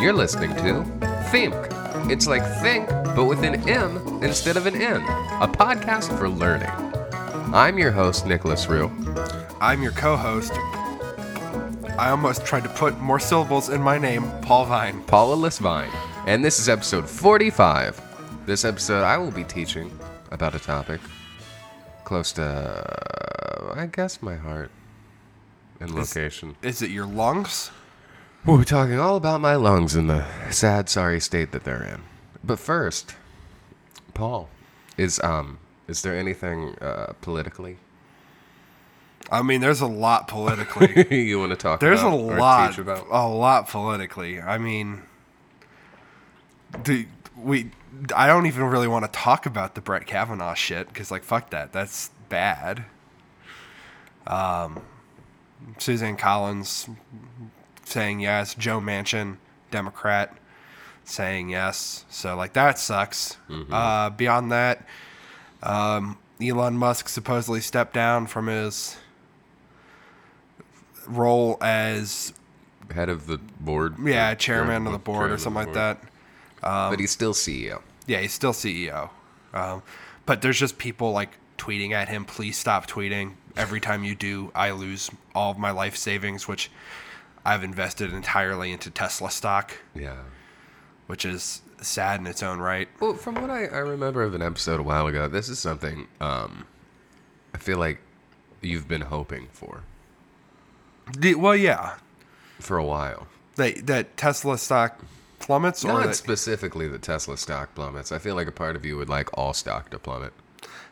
You're listening to Think. It's like Think, but with an M instead of an N, a podcast for learning. I'm your host, Nicholas Rue. I'm your co host. I almost tried to put more syllables in my name, Paul Vine. Paula Lisvine, and this is episode 45. This episode, I will be teaching about a topic close to, uh, I guess, my heart and location. Is it your lungs? We're talking all about my lungs and the sad, sorry state that they're in. But first, Paul, is um, is there anything uh, politically I mean, there's a lot politically. you want to talk? There's a about or lot, teach about? a lot politically. I mean, do we? I don't even really want to talk about the Brett Kavanaugh shit because, like, fuck that. That's bad. Um, Suzanne Collins saying yes. Joe Manchin, Democrat, saying yes. So, like, that sucks. Mm-hmm. Uh, beyond that, um, Elon Musk supposedly stepped down from his role as Head of the board. yeah or- chairman or of the board chairman or of something like board. that. but he's still E CEO. Yeah, he's still CEO. Um, but there's just people like tweeting at him, please stop tweeting. Every time you do, I lose all of my life savings, which I've invested entirely into Tesla stock, Yeah. which is sad in its own right. Well, from what I, I remember of an episode a while ago, this is something um, I feel like you've been hoping for The- Well, yeah, for a while. that, that Tesla stock plummets or Not that- specifically the Tesla stock plummets. I feel like a part of you would like all stock to plummet.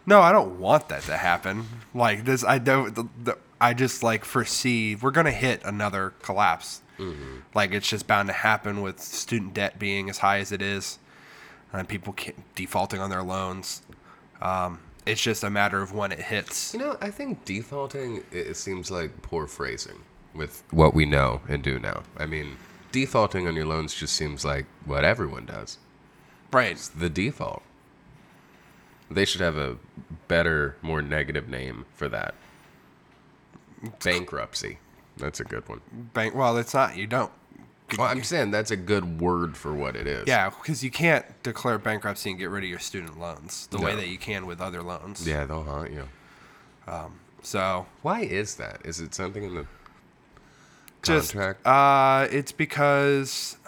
No, I don't want that to happen. Like this, I don't. The, the, I just like foresee we're gonna hit another collapse. Mm-hmm. Like it's just bound to happen with student debt being as high as it is, and people can defaulting on their loans. Um, it's just a matter of when it hits. You know, I think defaulting it, it seems like poor phrasing with what we know and do now. I mean, defaulting on your loans just seems like what everyone does. Right. the default. They should have a better, more negative name for that. Bankruptcy. That's a good one. Bank. Well, it's not. You don't. Well, I'm saying that's a good word for what it is. Yeah, because you can't declare bankruptcy and get rid of your student loans the way No. that you can with other loans. Yeah, they'll haunt you. So Why is that? Is it something in the just contract? uh it's because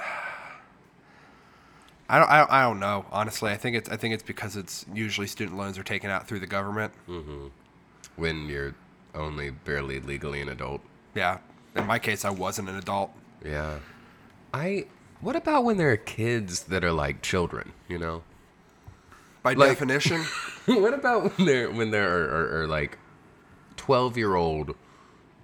I don't, I don't I don't know honestly I think it's I think it's because it's usually student loans are taken out through the government Hmm. when you're only barely legally an adult? yeah in my case I wasn't an adult Yeah. I. What about when there are kids that are like children? You know. by Like- definition what about when they're when they're are, are, are like twelve year old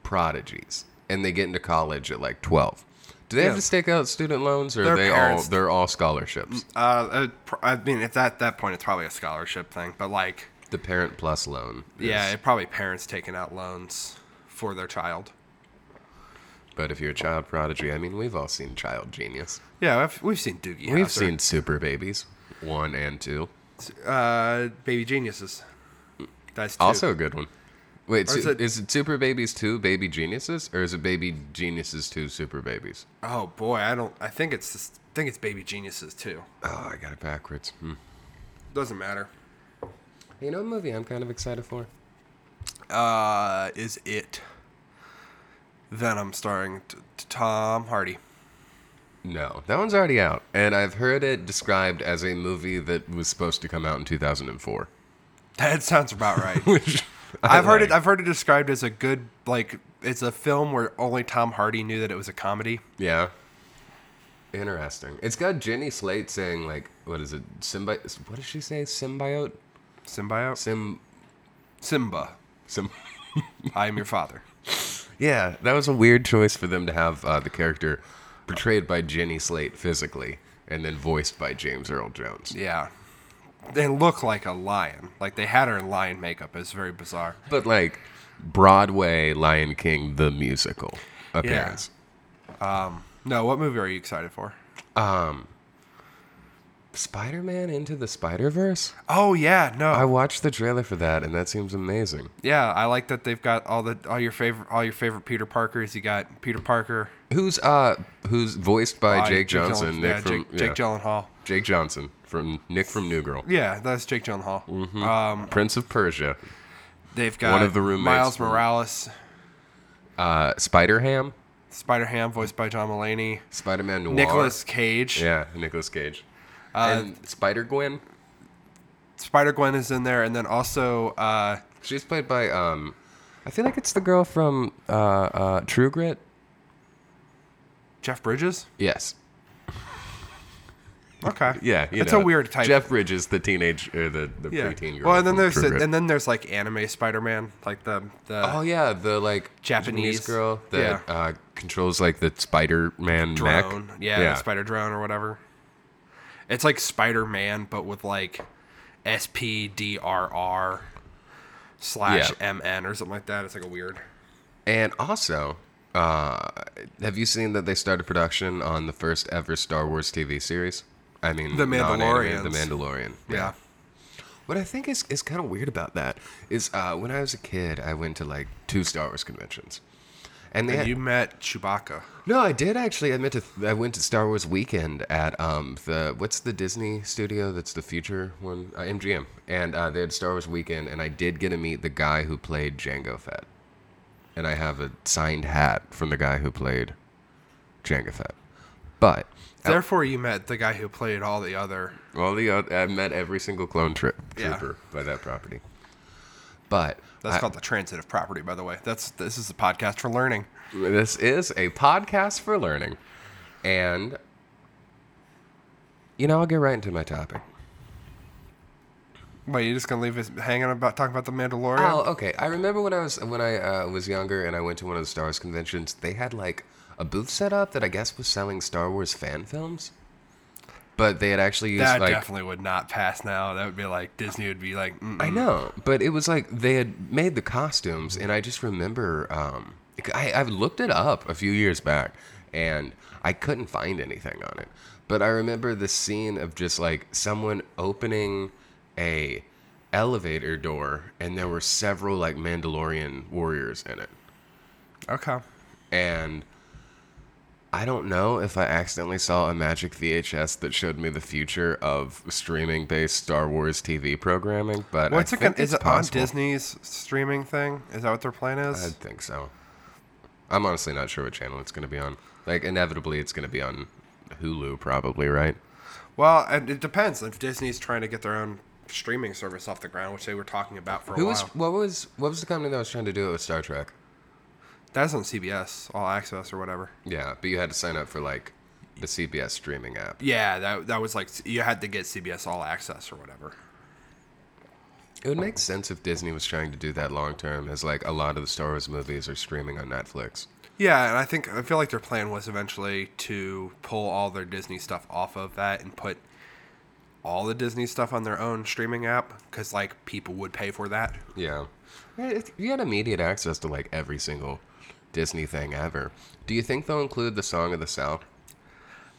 prodigies and they get into college at like twelve? Do they Yeah. have to stake out student loans or are Their they parents- all they're all scholarships? uh it pr- I mean at that that point it's probably a scholarship thing but like The parent plus loan. is- yeah it probably parents taking out loans for their child But if you're a child prodigy, I mean we've all seen child genius. yeah I've, we've seen Doogie We've Howser. seen super babies. One and two. uh Baby Geniuses that's two. Also a good one. Wait, is su- it- is it Super Babies 2 Baby Geniuses or is it Baby Geniuses 2 Super Babies? oh boy I don't I think it's this, I think it's Baby Geniuses too Oh, I got it backwards. Hmm. Doesn't matter. You know a movie I'm kind of excited for? Uh, is it Venom starring t- t- Tom Hardy? No, that one's already out, and I've heard it described as a movie that was supposed to come out in 2004. That sounds about right. Which I've heard it. like. I've heard it described as a good like it's a film where only Tom Hardy knew that it was a comedy. Yeah. Interesting. It's got Jenny Slate saying like, what is it? Symbi? What does she say? Symbiote? Symbiote Sim? Simba. Sim? I am your father. Yeah, that was a weird choice for them to have uh, the character portrayed by Jenny Slate physically and then voiced by James Earl Jones. Yeah, they look like a lion. Like they had her in lion makeup. It's very bizarre. But like Broadway Lion King the musical appearance. No, what movie are you excited for? Spider Man Into the Spider Verse? Oh yeah, no, I watched the trailer for that, and that seems amazing. yeah, I like that they've got all the all your favorite all your favorite Peter Parkers. You got Peter Parker, Who's uh who's voiced by uh, Jake Gyllen- Johnson, Nick yeah, from Jake, Jake yeah, Gyllenhaal. Jake Johnson from Nick from New Girl, Yeah, that's Jake Gyllenhaal. Um, Prince of Persia, they've got Mm-hmm. of the roommates Miles from- Morales, uh, Spider Ham, Spider Ham, voiced by John Mulaney, Spider Man Noir, Nicholas Cage, Uh, yeah, Nicholas Cage, and Spider Gwen. Spider Gwen is in there, and then also uh, She's played by um, I feel like it's the girl from uh, uh, True Grit. Jeff Bridges. Yes. Okay, Yeah, you it's know, a weird type. Jeff Bridges, the teenage or the, the preteen girl. Well, and then from there's True the, Grit. and then there's like anime Spider Man, like the the Oh yeah, the like Japanese- girl that yeah. uh, controls like the Spider-Man drone, mech. yeah, the spider drone or whatever. It's like Spider Man, but with like S P D R R slash Yeah. M N or something like that. It's like a weird. And also, uh, have you seen that they started production on the first ever Star Wars TV series? I mean, The non-animated, The Mandalorians. Mandalorian. Yeah. What I think is, is kind of weird about that is uh, when I was a kid, I went to like two Star Wars conventions. And they And had- you met Chewbacca. no, I did actually. I meant to. I went to Star Wars Weekend at um the what's the Disney studio that's the future one uh, MGM, and uh, they had Star Wars Weekend, and I did get to meet the guy who played Django Fett, and I have a signed hat from the guy who played Django Fett. But Therefore, you met the guy who played all the other. all the oth- I met every single clone tri- Yeah. trooper by that property. But That's I- called the transitive property, by the way. That's this is a podcast for learning. This is a podcast for learning. And, you know, I'll get right into my topic. Wait, you're just gonna leave us hanging about talking about the Mandalorian? Oh, okay. I remember when I was when I uh, was younger and I went to one of the Star Wars conventions. They had like a booth set up that I guess was selling Star Wars fan films, but they had actually used that like definitely would not pass now. That would be like Disney would be like, mm I know, but it was like they had made the costumes, and I just remember um, I, I've looked it up a few years back, and I couldn't find anything on it. But I remember the scene of just like someone opening a elevator door, and there were several like Mandalorian warriors in it, okay. and. I don't know if I accidentally saw a magic VHS that showed me the future of streaming-based Star Wars TV programming, but What's I it? think Gonna, is it's it possible. on Disney's streaming thing? Is that what their plan is? I think so. I'm honestly not sure what channel it's going to be on. Like, inevitably, it's going to be on Hulu, probably, right? well, and it depends. If Disney's trying to get their own streaming service off the ground, which they were talking about for a Who while, was what was what was the company that was trying to do it with Star Trek? that's on CBS All Access or whatever. Yeah, but you had to sign up for like the CBS streaming app. Yeah, that that was like you had to get CBS All Access or whatever. It would make sense if Disney was trying to do that long term, as like a lot of the Star Wars movies are streaming on Netflix. Yeah, and I think I feel like their plan was eventually to pull all their Disney stuff off of that and put all the Disney stuff on their own streaming app because like people would pay for that. Yeah, Yeah, if you had immediate access to like every single Disney thing ever. Do you think they'll include the Song of the South?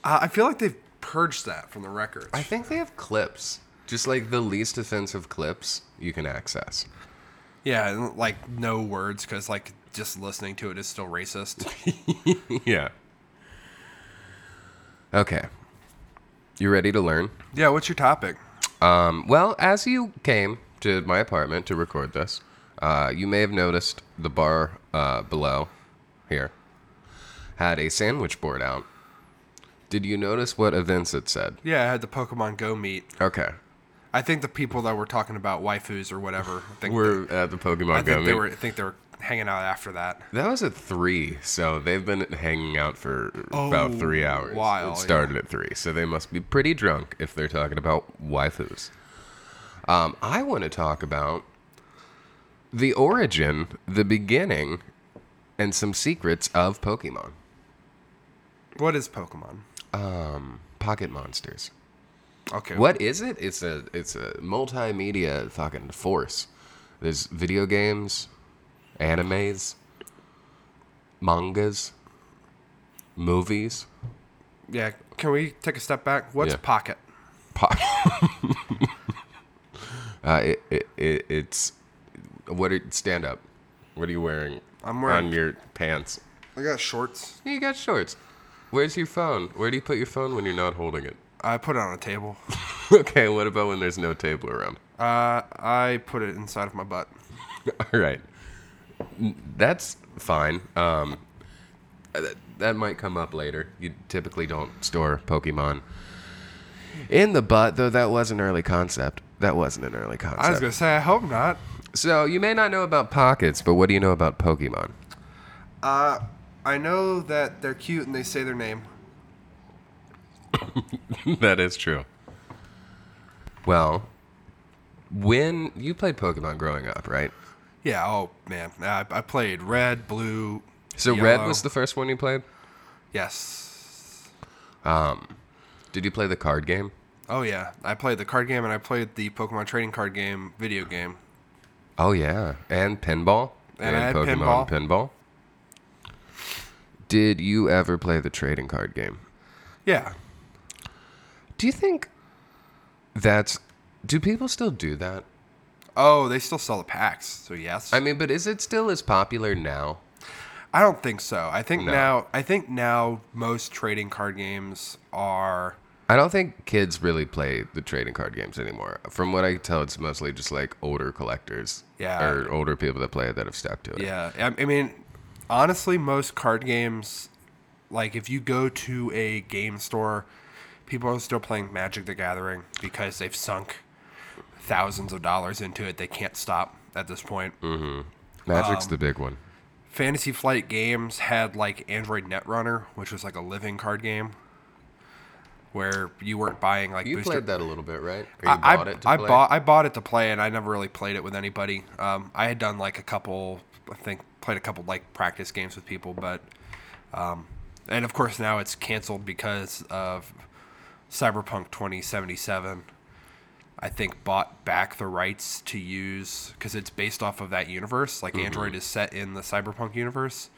Uh, I feel like they've purged that from the records. I think they have clips, just like the least offensive clips you can access. yeah, and, like no words because like just listening to it is still racist. yeah. Okay. You ready to learn? yeah, what's your topic? Um, well, as you came to my apartment to record this, uh, you may have noticed the bar uh, below here had a sandwich board out. Did you notice what events it said? Yeah, I had the Pokemon Go meet. Okay. I think the people that were talking about waifus or whatever. I think We're at the Pokemon I think Go they meet. were. I think they were hanging out after that. That was at three, so they've been hanging out for about Oh, three hours. while, it started at three, so they must be pretty drunk if they're talking about waifus. Um, I want to talk about the origin, the beginning, and some secrets of Pokemon. What is Pokemon? Um, pocket monsters. Okay. What is it? It's a it's a multimedia fucking force. There's video games, animes, mangas, movies. Yeah, can we take a step back? What's Yeah. pocket? pop. uh, it, it, it, it's what? Are, stand up. What are you wearing? I'm wearing- on your pants. I got shorts. You got shorts. Where's your phone? Where do you put your phone when you're not holding it? I put it on a table. okay, what about when there's no table around? Uh, I put it inside of my butt. All right. N- That's fine. Um, uh, that, that might come up later. You typically don't store Pokemon in the butt, though that was an early concept. That wasn't an early concept. I was gonna say I hope not. So you may not know about pockets, but what do you know about Pokemon? Uh, I know that they're cute and they say their name. that is true. Well, when you played Pokemon growing up, right? Yeah. Oh man, I, I played red, blue. So Red yellow. was the first one you played? yes. Did you play the card game? Oh yeah, I played the card game and I played the Pokemon trading card game video game. Oh yeah, and pinball And I had Pokemon pinball. Did you ever play the trading card game? Yeah. Do you think that's do people still do that? Oh, they still sell the packs, so yes. I I, mean, but is it still as popular now? don't think so. I think No. now I think now most trading card games are I don't think kids really play the trading card games anymore. From what I can tell, it's mostly just like older collectors Yeah. or older people that play it that have stuck to it. yeah. I, I mean, honestly, most card games like if you go to a game store, people are still playing Magic the Gathering because they've sunk thousands of dollars into it. They can't stop at this point. Mm. Magic's Um, the big one. Fantasy Flight Games had like Android Netrunner, which was like a living card game where you weren't buying like You booster. played that a little bit, right? Or you I, bought I- it to I play? bought I bought it to play, and I never really played it with anybody. Um, I had done like a couple, I think, played a couple like practice games with people, but um, and of course now it's canceled because of Cyberpunk 2077. I think bought back the rights to use because it's based off of that universe. Mm-hmm. Like Android is set in the Cyberpunk universe,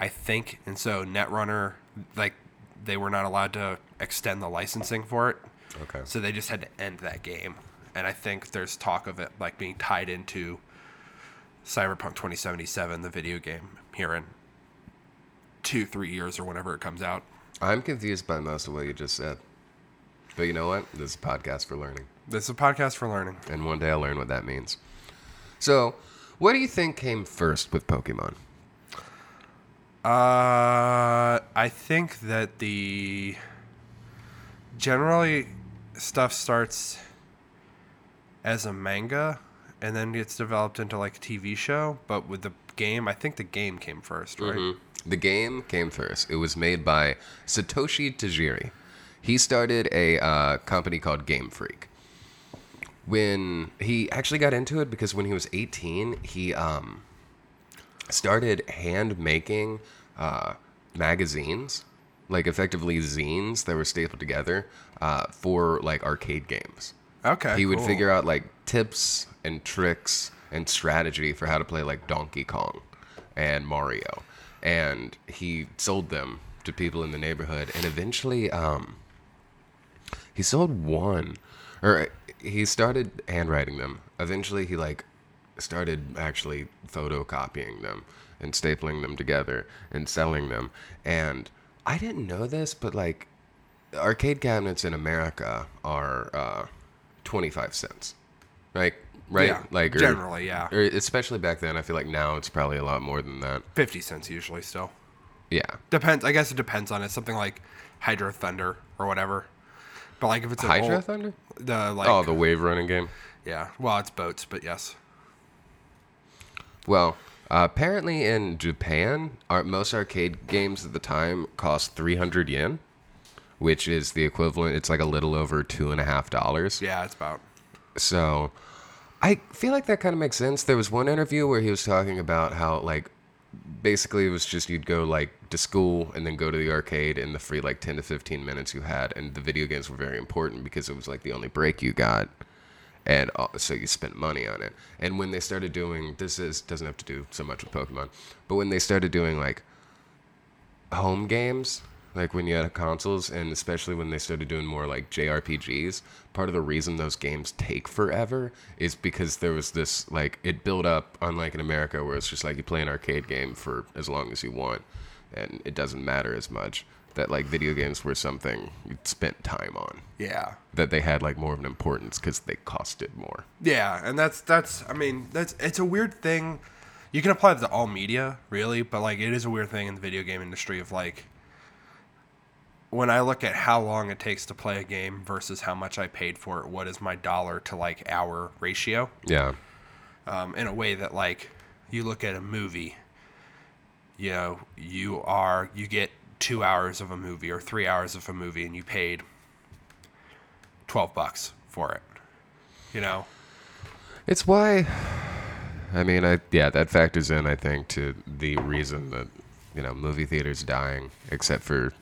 I think, and so Netrunner like they were not allowed to extend the licensing for it. Okay. So they just had to end that game. And I think there's talk of it like being tied into Cyberpunk 2077, the video game, here in two, three years or whenever it comes out. I'm confused by most of what you just said. But you know what? This is a podcast for learning. This is a podcast for learning. And one day I'll learn what that means. So, what do you think came first with Pokemon? Uh, I think that the generally stuff starts as a manga and then gets developed into like a TV show, but with the game, I think the game came first, right? Mm-hmm. The game came first. It was made by Satoshi Tajiri. He started a uh, company called Game Freak. When he actually got into it, because when he was 18, he um, started hand making uh, magazines, like effectively zines that were stapled together uh, for like arcade games. Okay. he would cool. figure out like tips and tricks and strategy for how to play like Donkey Kong and Mario, and he sold them to people in the neighborhood. And eventually, um, he sold one, or he started handwriting them. Eventually, he like started actually photocopying them and stapling them together and selling them. And I didn't know this, but like arcade cabinets in America are uh, 25 cents. Like, right? Yeah, like or- generally, yeah. Or especially back then, I feel like now it's probably a lot more than that. 50 cents usually still. Yeah. Depends. I guess it depends on it. Something like Hydro Thunder or whatever. But like if it's an Hydra old- Thunder? the like Oh, the wave running game. yeah. Well, it's boats, but yes. Well, uh, apparently in Japan, our, most arcade games at the time cost 300 yen, which is the equivalent. It's like a little over two and a half dollars. Yeah, it's about. So I feel like that kind of makes sense. There was one interview where he was talking about how like basically it was just you'd go like to school and then go to the arcade in the free like 10 to 15 minutes you had and the video games were very important because it was like the only break you got and uh, so you spent money on it and when they started doing this is doesn't have to do so much with pokemon but when they started doing like home games Like when you had consoles, and especially when they started doing more like JRPGs, part of the reason those games take forever is because there was this like it built up, unlike in America, where it's just like you play an arcade game for as long as you want, and it doesn't matter as much. That like video games were something you spent time on, Yeah. that they had like more of an importance because they costed more. Yeah, and that's that's I mean, that's it's a weird thing. You can apply it to all media, really, but like it is a weird thing in the video game industry of like when I look at how long it takes to play a game versus how much I paid for it, what is my dollar to like hour ratio? Yeah, um, in a way that like you look at a movie you know you are you get two hours of a movie or three hours of a movie and you paid 12 bucks for it you know It's why, I mean, I yeah, that factors in, I think, to the reason that you know movie theaters dying, except for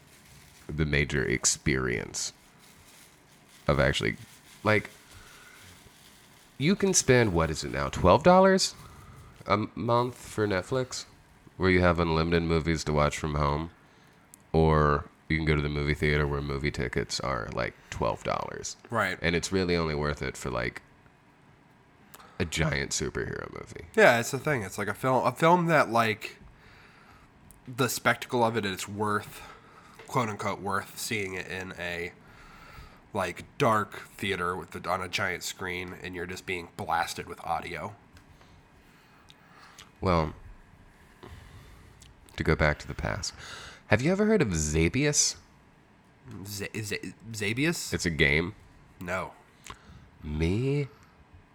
the major experience of actually, like, you can spend what is it now, twelve dollars a m- month for Netflix, where you have unlimited movies to watch from home, or you can go to the movie theater where movie tickets are like twelve dollars right and it's really only worth it for like a giant superhero movie. yeah it's the thing it's like a film a film that like the spectacle of it it's worth quote unquote worth seeing it in a like dark theater with the, on a giant screen and you're just being blasted with audio Well, to go back to the past, have you ever heard of Zapius? Z- Z- Zabius? It's a game. No. Me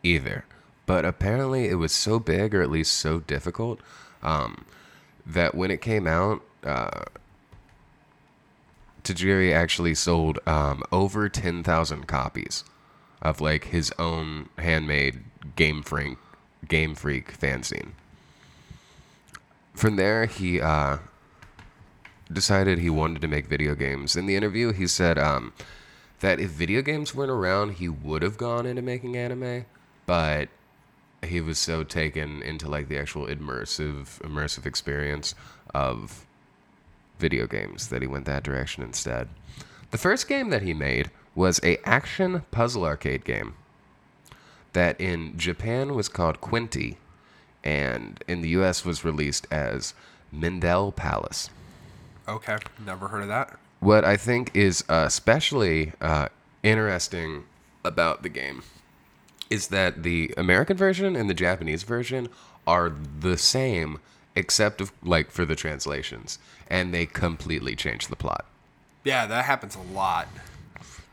either. But apparently it was so big, or at least so difficult, um, that when it came out, uh, Tajiri actually sold um, over 10,000 copies of like his own handmade Game Freak, Game Freak fanzine. From there, he uh, decided he wanted to make video games. In the interview, he said um, that if video games weren't around, he would have gone into making anime, but he was so taken into like the actual immersive immersive experience of video games that he went that direction instead. The first game that he made was a action puzzle arcade game that in Japan was called Quinty and in the US was released as Mindel Palace Okay. Never heard of that. what I think is especially uh, interesting about the game is that the American version and the Japanese version are the same, except of, like for the translations, and they completely change the plot. Yeah, that happens a lot.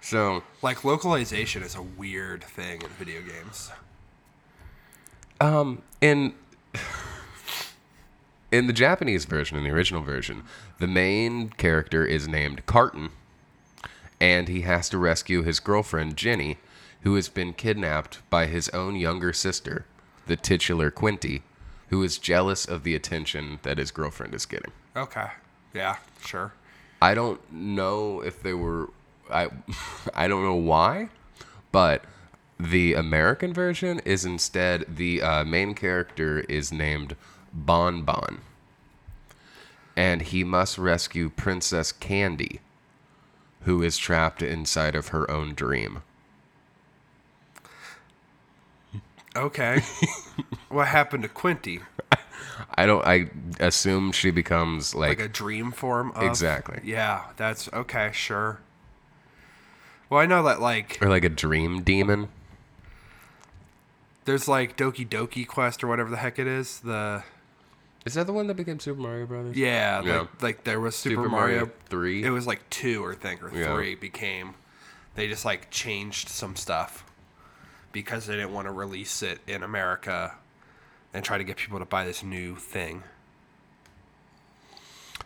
So Like localization is a weird thing in video games. in in the Japanese version, in the original version, the main character is named Carton, and he has to rescue his girlfriend Jenny, who has been kidnapped by his own younger sister, the titular Quinty, who is jealous of the attention that his girlfriend is getting. Okay. Yeah, sure. I don't know if they were I I don't know why, but the American version is instead the uh, main character is named Bon Bon, and he must rescue Princess Candy, who is trapped inside of her own dream. Okay. what happened to Quinty? I don't. I assume she becomes like, Like a dream form of Exactly. Yeah, that's okay, sure. Well, I know that like or like a dream demon. there's like Doki Doki Quest or whatever the heck it is. The Is that the one that became Super Mario Brothers? yeah, the- Yeah. like there was Super, Super Mario Mario, three? It was like two or think or Yeah. three became. They just like changed some stuff because they didn't want to release it in America and try to get people to buy this new thing.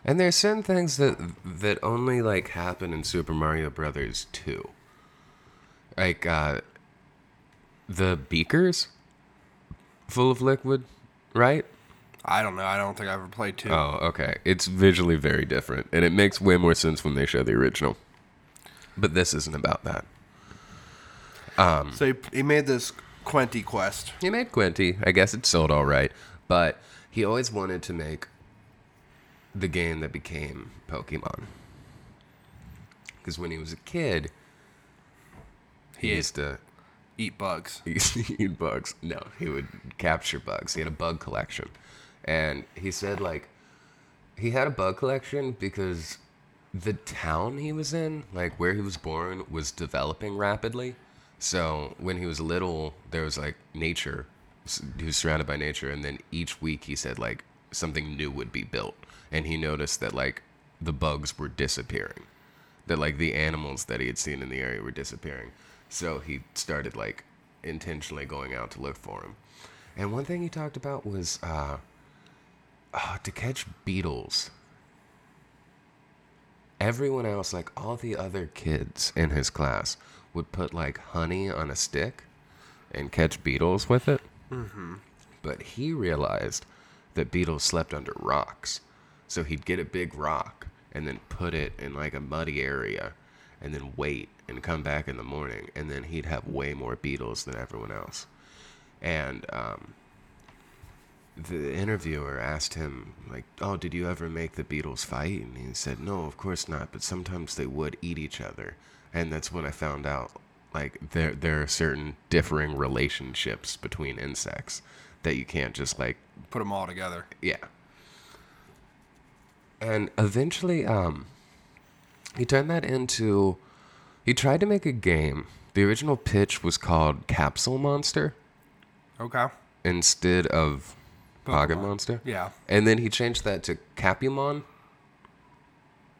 And there's certain things that that only like happen in Super Mario Brothers 2. Like uh the beakers full of liquid, right? I don't know. I don't think I ever played two. Oh, okay. It's visually very different and it makes way more sense when they show the original. But this isn't about that. So he, he made this Quenty quest. He made Quinty. I guess it sold all right, but he always wanted to make the game that became Pokemon. Because when he was a kid, he He- used to Eat bugs. he used to eat bugs. No, he would capture bugs. He had a bug collection, and he said like he had a bug collection because the town he was in, like where he was born, was developing rapidly. So when he was little, there was like nature. s- He was surrounded by nature, and then each week he said like something new would be built, and he noticed that like the bugs were disappearing, that like the animals that he had seen in the area were disappearing. So he started like intentionally going out to look for them. And one thing he talked about was uh, uh, to catch beetles everyone else, like all the other kids in his class, would put like honey on a stick and catch beetles with it. Mm-hmm. But he realized that beetles slept under rocks. So he'd get a big rock and then put it in like a muddy area and then wait and come back in the morning. And then he'd have way more beetles than everyone else. And, um, the interviewer asked him like oh did you ever make the beatles fight and he said no of course not but sometimes they would eat each other and that's when i found out like there there are certain differing relationships between insects that you can't just like Put them all together. yeah. And eventually, um, he turned that into. He tried to make a game. The original pitch was called Capsule Monster Okay. instead of Pocket Monster. Yeah. And then he changed that to Capumon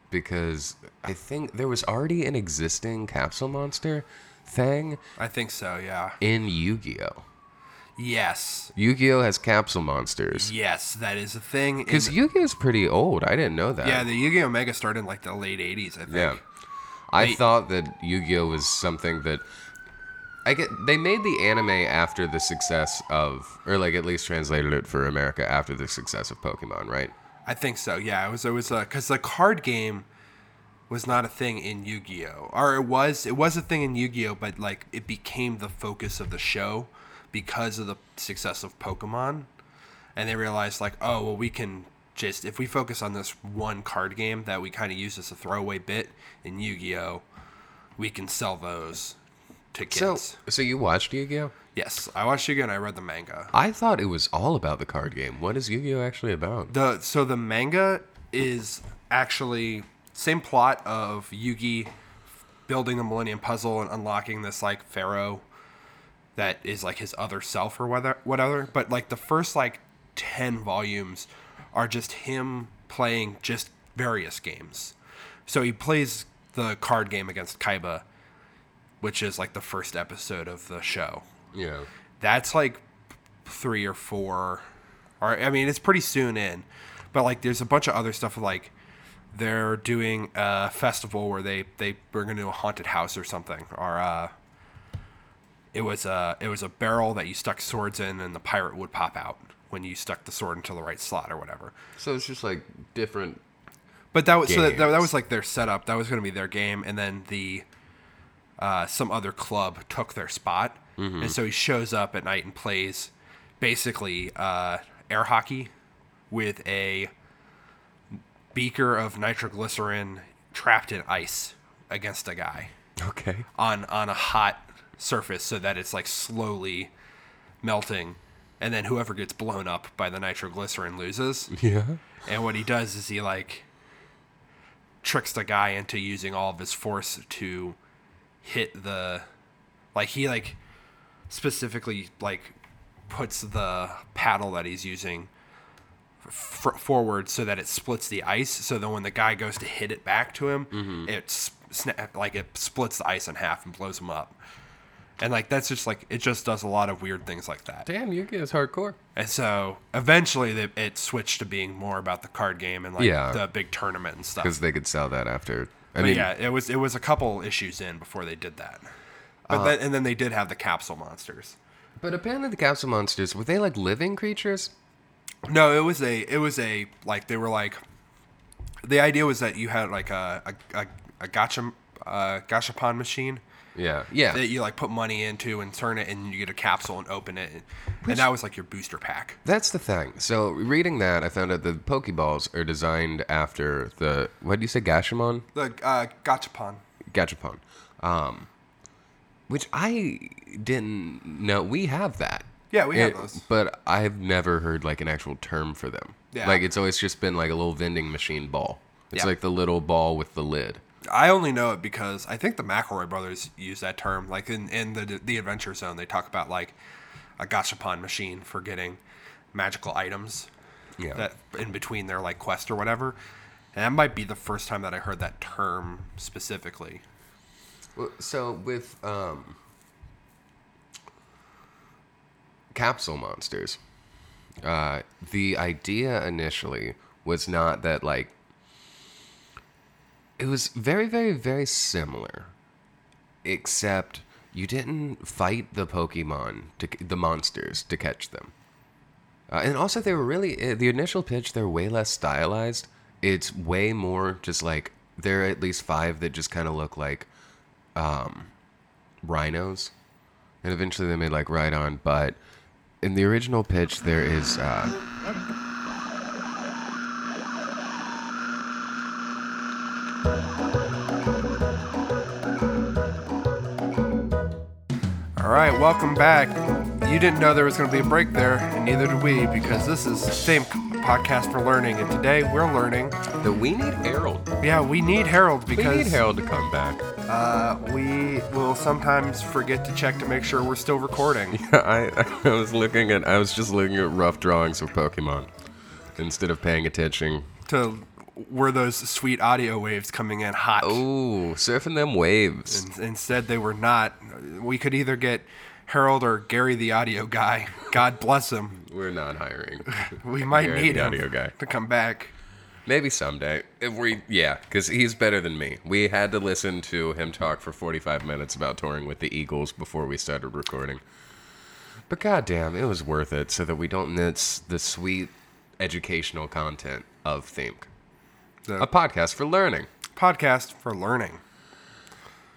because I think there was already an existing Capsule Monster thing I think so. Yeah. in Yu Gi Oh! Yes. Yu Gi Oh! has Capsule Monsters. Yes, that is a thing. Because in- Yu Gi Oh's pretty old. I didn't know that. yeah, the Yu-Gi-Oh Mega started in like the late '80s, I think. Yeah. I They- thought that Yu-Gi-Oh was something that I get they made the anime after the success of or like at least translated it for America after the success of Pokemon, right? I think so. Yeah, it was. It was because the card game was not a thing in Yu-Gi-Oh, or it was. It was a thing in Yu-Gi-Oh, but like it became the focus of the show because of the success of Pokemon, and they realized like, oh well, we can just if we focus on this one card game that we kind of use as a throwaway bit in Yu-Gi-Oh, we can sell those to kids. So so you watched Yu-Gi-Oh? yes, I watched Yu-Gi-Oh and I read the manga. I thought it was all about the card game. What is Yu-Gi-Oh actually about? The so the manga is actually same plot of Yugi building the Millennium Puzzle and unlocking this like pharaoh that is like his other self or whether whatever. But like the first like ten volumes are just him playing just various games. So he plays the card game against Kaiba, which is like the first episode of the show Yeah. that's like three or four or i mean it's pretty soon in but like there's a bunch of other stuff like they're doing a festival where they they bring into a haunted house or something or uh it was a it was a barrel that you stuck swords in and the pirate would pop out when you stuck the sword into the right slot or whatever So it's just like different but that was so that, that, Games. was like their setup. That was going to be their game, and then the uh, some other club took their spot, and so he shows up at night and plays basically uh, air hockey with a beaker of nitroglycerin trapped in ice against a guy Okay. on on a hot surface so that it's like slowly melting and then whoever gets blown up by the nitroglycerin loses Yeah. and what he does is he like tricks the guy into using all of his force to hit the like he like specifically like puts the paddle that he's using f- forward so that it splits the ice so that when the guy goes to hit it back to him it s- sna- like it splits the ice in half and blows him up and like that's just like it just does a lot of weird things like that Damn, Yu-Gi is hardcore. and so eventually they, it switched to being more about the card game and like Yeah. the big tournament and stuff. Because they could sell that after. I But mean, yeah, it was it was a couple issues in before they did that. But Uh, then, and then they did have the capsule monsters. but apparently the capsule monsters were they like living creatures? No, it was a it was a like they were like the idea was that you had like a a, a, a gacha uh, gachapon machine Yeah. Yeah. that you like put money into and turn it and you get a capsule and open it and that was like your booster pack. That's the thing. So reading that, I found out the Pokeballs are designed after the what do you say, Gashemon? The uh, gachapon. Gajapon, um, which I didn't know. We have that. Yeah, we have those. But I've never heard like an actual term for them. Yeah. Like it's always just been like a little vending machine ball. It's Yeah. like the little ball with the lid. I only know it because I think the McElroy brothers use that term. Like in, in the the Adventure Zone, they talk about like a gashapon machine for getting magical items Yeah. that in between their like quest or whatever. And that might be the first time that I heard that term specifically. Well, So with um, capsule monsters, uh, the idea initially was not that like it was very, very, very similar, except you didn't fight the Pokemon to c- the monsters to catch them. Uh, and also, they were really uh, the initial pitch. They're way less stylized. It's way more just like there are at least five that just kind of look like um, rhinos, and eventually they made like Rhydon. But in the original pitch, there is uh, All right, welcome back. You didn't know there was going to be a break there, and neither did we, because this is same podcast for learning, and today we're learning. the we need Harold. Yeah, we need Harold We because need Harold to come back. Uh, we will sometimes forget to check to make sure we're still recording. I, I was looking at I was just looking at rough drawings of Pokemon instead of paying attention. to were those sweet audio waves coming in hot? Oh. Ooh, surfing them waves. In- Instead, they were not. We could either get Harold or Gary the audio guy. God bless him. We're not hiring. We might Gary need the him audio guy. to come back. Maybe someday. If we, yeah, because he's better than me. We had to listen to him talk for 45 minutes about touring with the Eagles before we started recording. But goddamn, it was worth it so that we don't miss the sweet educational content of Think, The a podcast for learning. podcast for learning.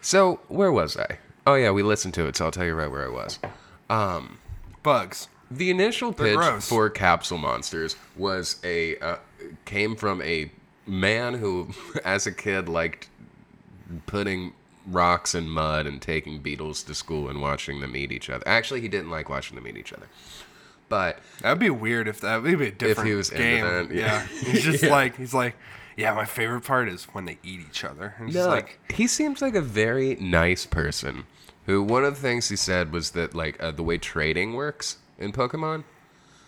So, where was I? Oh, yeah, we listened to it, so I'll tell you right where I was. Bugs. The initial pitch gross. for Capsule Monsters was a uh, came from a man who, as a kid, liked putting rocks in mud and taking beetles to school and watching them eat each other. Actually, he didn't like watching them eat each other, but That would be weird if that would be a different he was into game. that, yeah. yeah. He's just like he's like, yeah. My favorite part is when they eat each other. And it's just No, like he seems like a very nice person. Who one of the things he said was that like uh, the way trading works in Pokemon,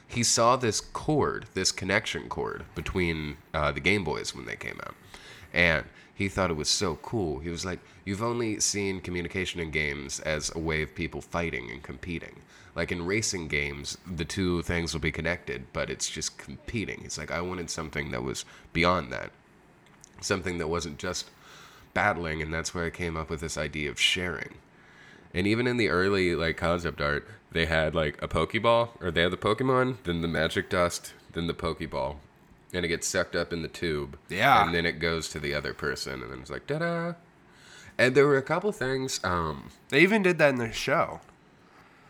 he saw this cord, this connection cord between uh, the Game Boys when they came out, and he thought it was so cool. He was like, "You've only seen communication in games as a way of people fighting and competing. Like in racing games, the two things will be connected, but it's just competing." He's like, "I wanted something that was beyond that." something that wasn't just battling and that's where i came up with this idea of sharing and even in the early like concept art they had like a pokeball or they had the pokemon then the magic dust then the pokeball and it gets sucked up in the tube Yeah. and then it goes to the other person and then it's like da-da and there were a couple things um they even did that in the show.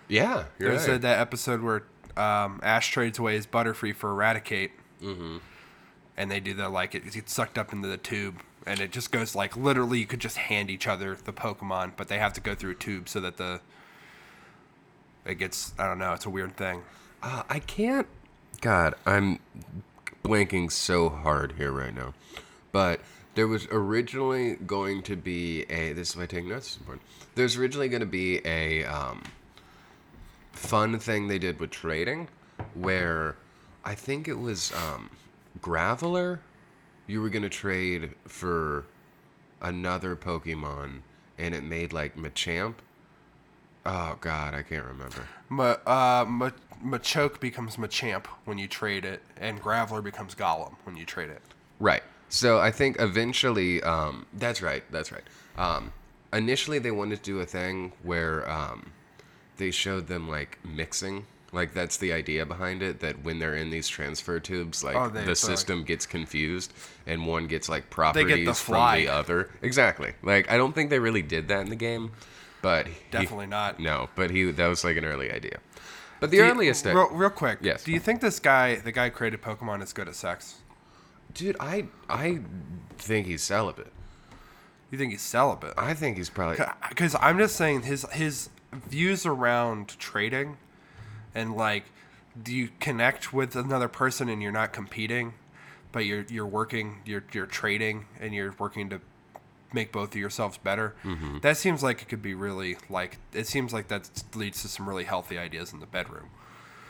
yeah you're There's right. a, uh, that episode where um, Ash trades away his Butterfree for Eradicate, mm-hmm. and they do the like it gets sucked up into the tube, and it just goes like literally you could just hand each other the Pokemon, but they have to go through a tube so that the it gets I don't know it's a weird thing. Uh, I can't. God, I'm blanking so hard here right now. But there was originally going to be a. This is why taking notes is important. There's originally going to be a um, fun thing they did with trading, where I think it was um, Graveler. You were going to trade for another Pokemon, and it made like Machamp. Oh God, I can't remember. Ma, uh, Ma, Machoke becomes Machamp when you trade it, and Graveler becomes Gollum when you trade it. Right. So I think eventually, um, that's right. That's right. Um, initially, they wanted to do a thing where um, they showed them like mixing. Like that's the idea behind it. That when they're in these transfer tubes, like Oh, they- the so, like- system gets confused, and one gets like properties fly. from the other. Exactly. Like I don't think they really did that in the game, but he- Definitely not. No, but he that was like an early idea. But the Do you- earliest, I- real, real quick. Yes. Do you think this guy, the guy who created Pokemon, is good at sex? dude, I I think he's celibate. You think he's celibate? I think he's probably. Because I'm just saying his his views around trading, and like, do you connect with another person and you're not competing, but you're you're working, you're you're trading, and you're working to make both of yourselves better. Mm-hmm. That seems like it could be really like it seems like that leads to some really healthy ideas in the bedroom.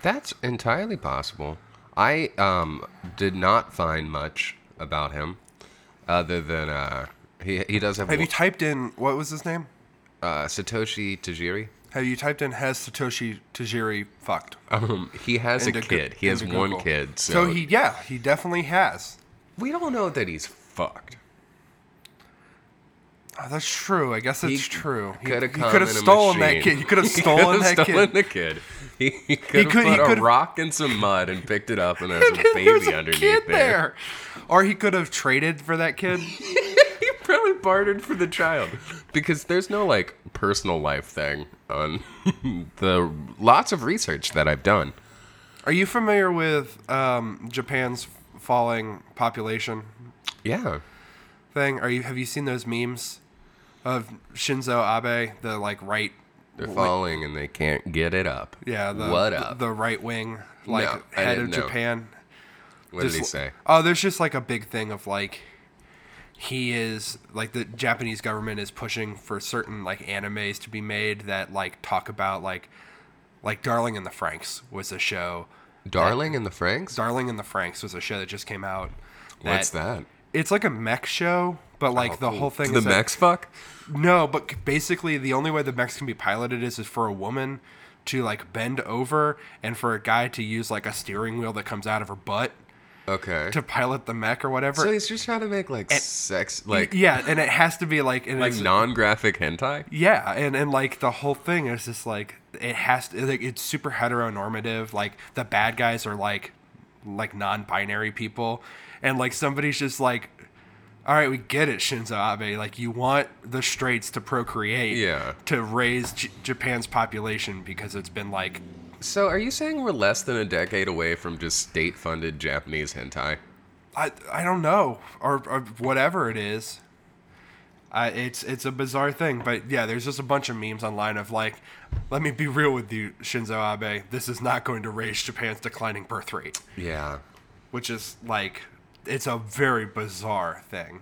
That's entirely possible. I um, did not find much about him, other than uh, he he does have, Have you one- typed in what was his name? uh, Satoshi Tajiri. Have you typed in has Satoshi Tajiri fucked? Um, he has a Into Goo- kid. He has into one Google. kid. So, So he yeah, he definitely has. we don't know that he's fucked. Oh, that's true. I guess He it's true. He coulda he come coulda in a stolen that machine. kid. You could have He stolen coulda that stolen kid. the kid. He, he could have could- he put a could've- rock and some mud and picked it up, and there was a baby There's a underneath kid there. there. Or he could have traded for that kid. he probably bartered for the child because there's no like personal life thing on the lots of research that I've done. Are you familiar with um, Japan's falling population Yeah, thing? Are you have you seen those memes of Shinzo Abe, the like right they're falling and they can't get it up. yeah, the what the- up? the right wing like No, I head of didn't know. Japan. what did he just- say? Oh, there's just like a big thing of like he is like the Japanese government is pushing for certain like animes to be made that like talk about like like Darling in the Franks was a show. Darling and the Franks. Darling in the Franks was a show that just came out. What's that? Oh, It's like a mech show, but like the whole thing The is that- Mex fuck. no, but c- basically the only way the mechs can be piloted is, is for a woman to like bend over and for a guy to use like a steering wheel that comes out of her butt Okay. to pilot the mech or whatever. So he's just trying to make like sex, like yeah, and it has to be like and like it's- non-graphic hentai. yeah, and and like the whole thing is just like it has to like it's super heteronormative. Like the bad guys are like like non-binary people, and like somebody's just like. All right, we get it, Shinzo Abe. Like you want the straights to procreate, Yeah. to raise J- Japan's population because it's been like So are you saying we're less than a decade away from just state-funded Japanese hentai? I I don't know or, or whatever it is. I, it's it's a bizarre thing, but yeah, there's just a bunch of memes online of like, let me be real with you, Shinzo Abe, this is not going to raise Japan's declining birth rate, Yeah. which is like, it's a very bizarre thing.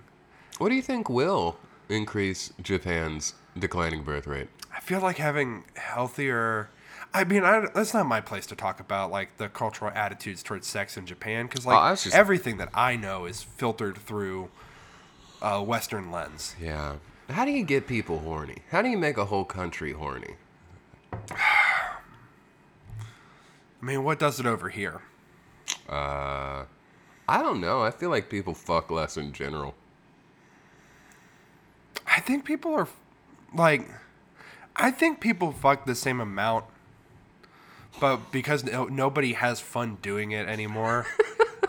What do you think will increase Japan's declining birth rate? I feel like having healthier. I mean, I, that's not my place to talk about like the cultural attitudes towards sex in Japan because like Oh, I was just- everything that I know is filtered through a Western lens. Yeah. How do you get people horny? How do you make a whole country horny? I mean, what does it over here? I don't know. I feel like people fuck less in general. I think people are like, I think people fuck the same amount, but because no, nobody has fun doing it anymore,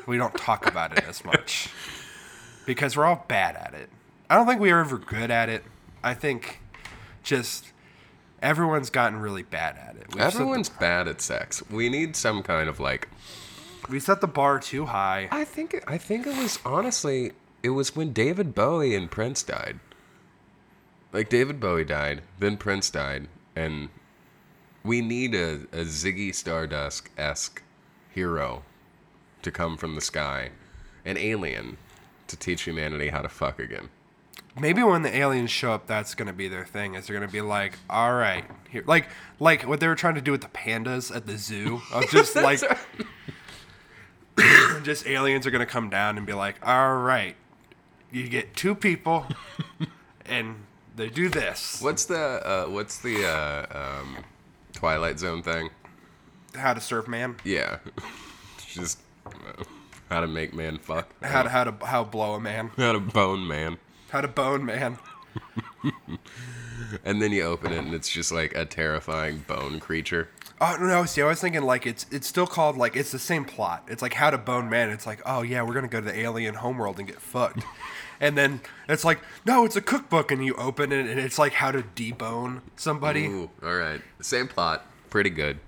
we don't talk about it as much because we're all bad at it. I don't think we were ever good at it. I think just everyone's gotten really bad at it. We've set the- Everyone's bad at sex. We need some kind of like we set the bar too high. I think I think it was honestly it was when David Bowie and Prince died. Like David Bowie died, then Prince died, and we need a, a Ziggy Stardust esque hero to come from the sky, an alien to teach humanity how to fuck again. Maybe when the aliens show up, that's gonna be their thing. Is they're gonna be like, all right, here, like, like what they were trying to do with the pandas at the zoo. Of just like, just aliens are gonna come down and be like, all right, you get two people, and they do this. What's the uh, what's the uh, um, Twilight Zone thing? How to surf man? Yeah, just uh, how to make man fuck, How to how to how to blow a man? how to bone man. How to bone man? And then you open it, and it's just like a terrifying bone creature. Oh no! See, I was thinking like it's it's still called like it's the same plot. It's like how to bone man. It's like oh yeah, we're gonna go to the alien homeworld and get fucked, and then it's like no, it's a cookbook, and you open it and it's like how to debone somebody. Ooh, all right, same plot, pretty good.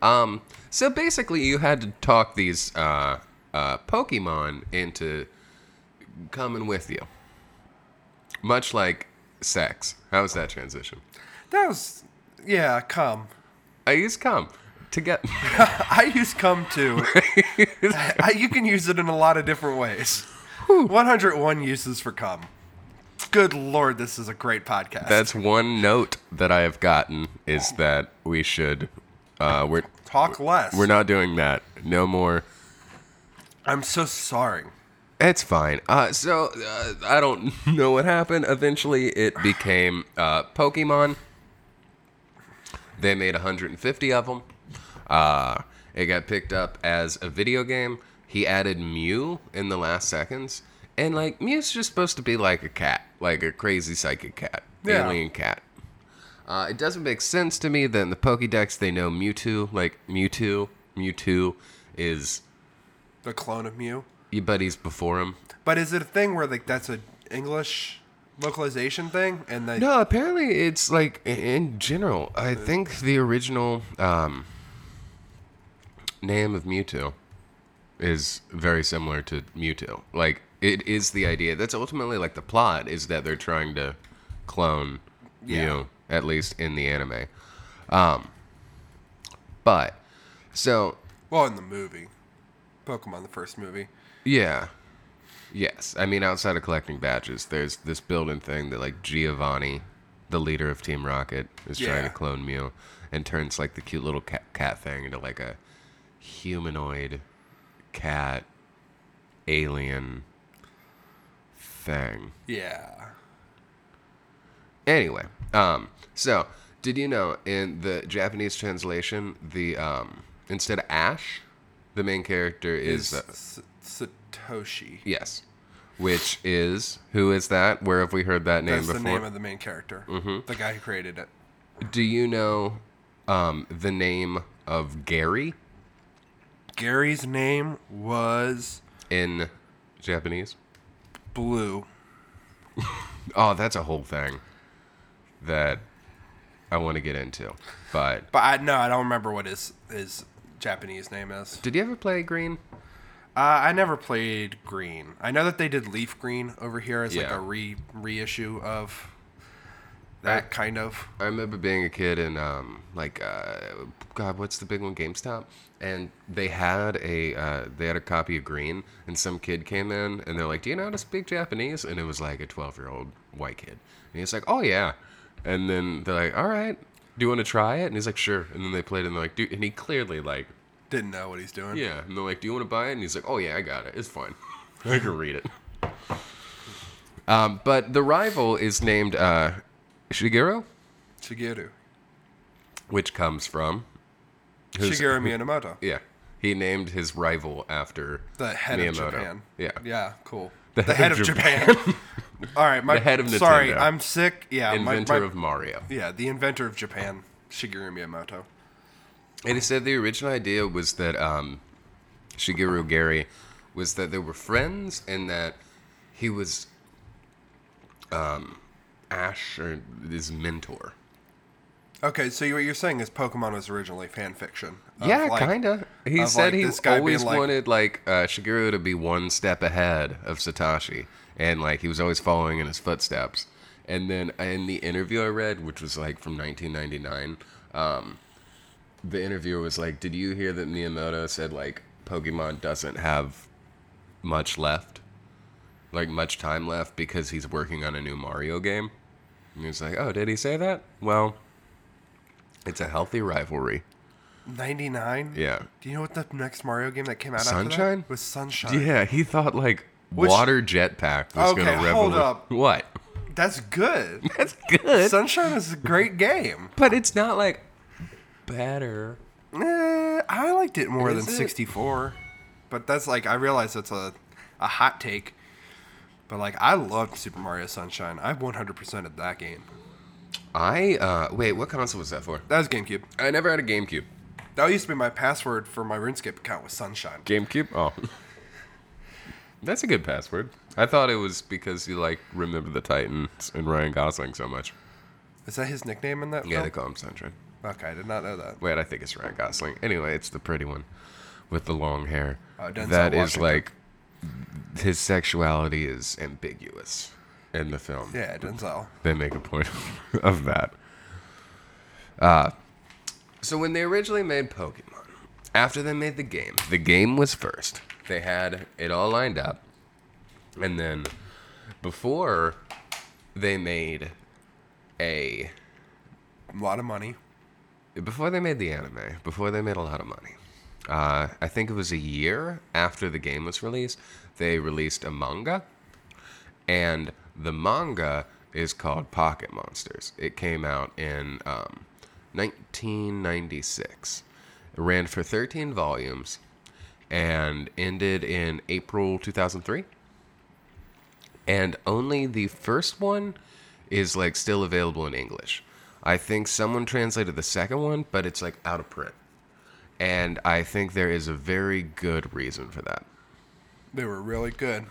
Um, so basically, you had to talk these uh, uh, Pokemon into coming with you, Much like sex. How was that transition? That was, yeah, cum. I use cum to get. I use cum too. I, I- you can use it in a lot of different ways. 101 uses for cum. Good lord, this is a great podcast. That's one note that I have gotten is that we should. Uh, we're Talk less. we're not doing that. No more. I'm so sorry. It's fine. Uh, so uh, I don't know what happened. Eventually, it became uh, Pokemon. They made 150 of them. Uh, it got picked up as a video game. He added Mew in the last seconds, and like Mew's just supposed to be like a cat, like a crazy psychic cat, Yeah. alien cat. Uh, it doesn't make sense to me that in the Pokédex they know Mewtwo, like Mewtwo, Mewtwo is The clone of Mew. your buddies before him. But is it a thing where like that's a English localization thing? And they No, apparently it's like i- in general. I think the original um, name of Mewtwo is very similar to Mewtwo. Like it is the idea. That's ultimately like the plot is that they're trying to clone Yeah. Mew, at least in the anime. Um, but so well in the movie, Pokemon the first movie. yeah. Yes. I mean, outside of collecting badges, there's this building thing that, like, Giovanni, the leader of Team Rocket, is trying Yeah. to clone Mew and turns, like, the cute little cat, cat thing into, like, a humanoid cat alien thing. Yeah. Anyway, um, so did you know in the Japanese translation, the um, instead of Ash, the main character is, Is uh, S- Satoshi? Yes. Which is who is that? Where have we heard that name That's the before? name of the main character. Mm-hmm. The guy who created it. Do you know um, the name of Gary Gary's name was in Japanese? Blue. Oh, that's a whole thing that I want to get into. But But I no, I don't remember what his his Japanese name is. did you ever play Green? Uh, I never played Green. I know that they did Leaf Green over here as like Yeah. a re reissue of that kind of. I remember being a kid and um, like uh, God, what's the big one? GameStop, and they had a uh, they had a copy of Green, and some kid came in and they're like, "Do you know how to speak Japanese?" And it was like a twelve year old white kid, and he's like, "Oh yeah," and then they're like, "All right, do you want to try it?" And he's like, "Sure," and then they played it and they're like, "Dude," and he clearly like, Didn't know what he's doing. "Yeah," and they're like, "Do you want to buy it?" And he's like, "Oh yeah, I got it. It's fine. I can read it." Um, but the rival is named uh, Shigeru Shigeru. which comes from who's- Shigeru Miyamoto. Yeah, he named his rival after The uh, head Miyamoto. of Japan. Yeah, Yeah, cool. The, head, of Japan. All right, my The head of Sorry, Nintendo. I'm sick. Yeah, my- inventor my, of Mario. Yeah, the inventor of Japan, Shigeru Miyamoto. And he said the original idea was that um, Shigeru Gary was that they were friends and that he was um, Ash or his mentor. Okay, so what you're saying is Pokemon was originally fan fiction. of, yeah, like, kinda. He of, said like, he this guy being always like- wanted like uh, Shigeru to be one step ahead of Satoshi, and like he was always following in his footsteps. And then in the interview I read, which was like from 1999, um, the interviewer was like, "Did you hear that Miyamoto said like Pokemon doesn't have much left, like much time left because he's working on a new Mario game?" And he was like, "Oh, did he say that? Well, it's a healthy rivalry." 99? Yeah. Do you know what the next Mario game that came out after Sunshine? that? Was Sunshine. Yeah, he thought like Which- water jetpack was Okay, going to hold revolutionize. up. What? That's good. That's good, Sunshine is a great game. but it's not like better. Eh, I liked it more Is than it? 64. But that's like, I realize that's a, a hot take. But like, I loved Super Mario Sunshine. I 100% of that game. I uh wait, what console was that for? That was GameCube. I never had a GameCube. That used to be my password for my RuneScape account was Sunshine. GameCube. Oh. That's a good password. I thought it was because you like remember the Titans and Ryan Gosling so much. Is that his nickname in that? Yeah, they film? call him Sunshine. Okay, I did not know that. Wait, I think it's Ryan Gosling. Anyway, it's the pretty one with the long hair. Oh, Denzel that is Washington. like his sexuality is ambiguous. in the film. Yeah, Denzel. They make a point of that. Uh, so when they originally made Pokemon, after they made the game, the game was first. They had it all lined up. And then before they made a A lot of money. before they made the anime, before they made a lot of money, uh, I think it was a year after the game was released, they released a manga. And the manga is called Pocket Monsters. It came out in um, 1996. It ran for 13 volumes and ended in April 2003. And only the first one is like still available in English. I think someone translated the second one, but it's like out of print. And I think there is a very good reason for that. They were really good.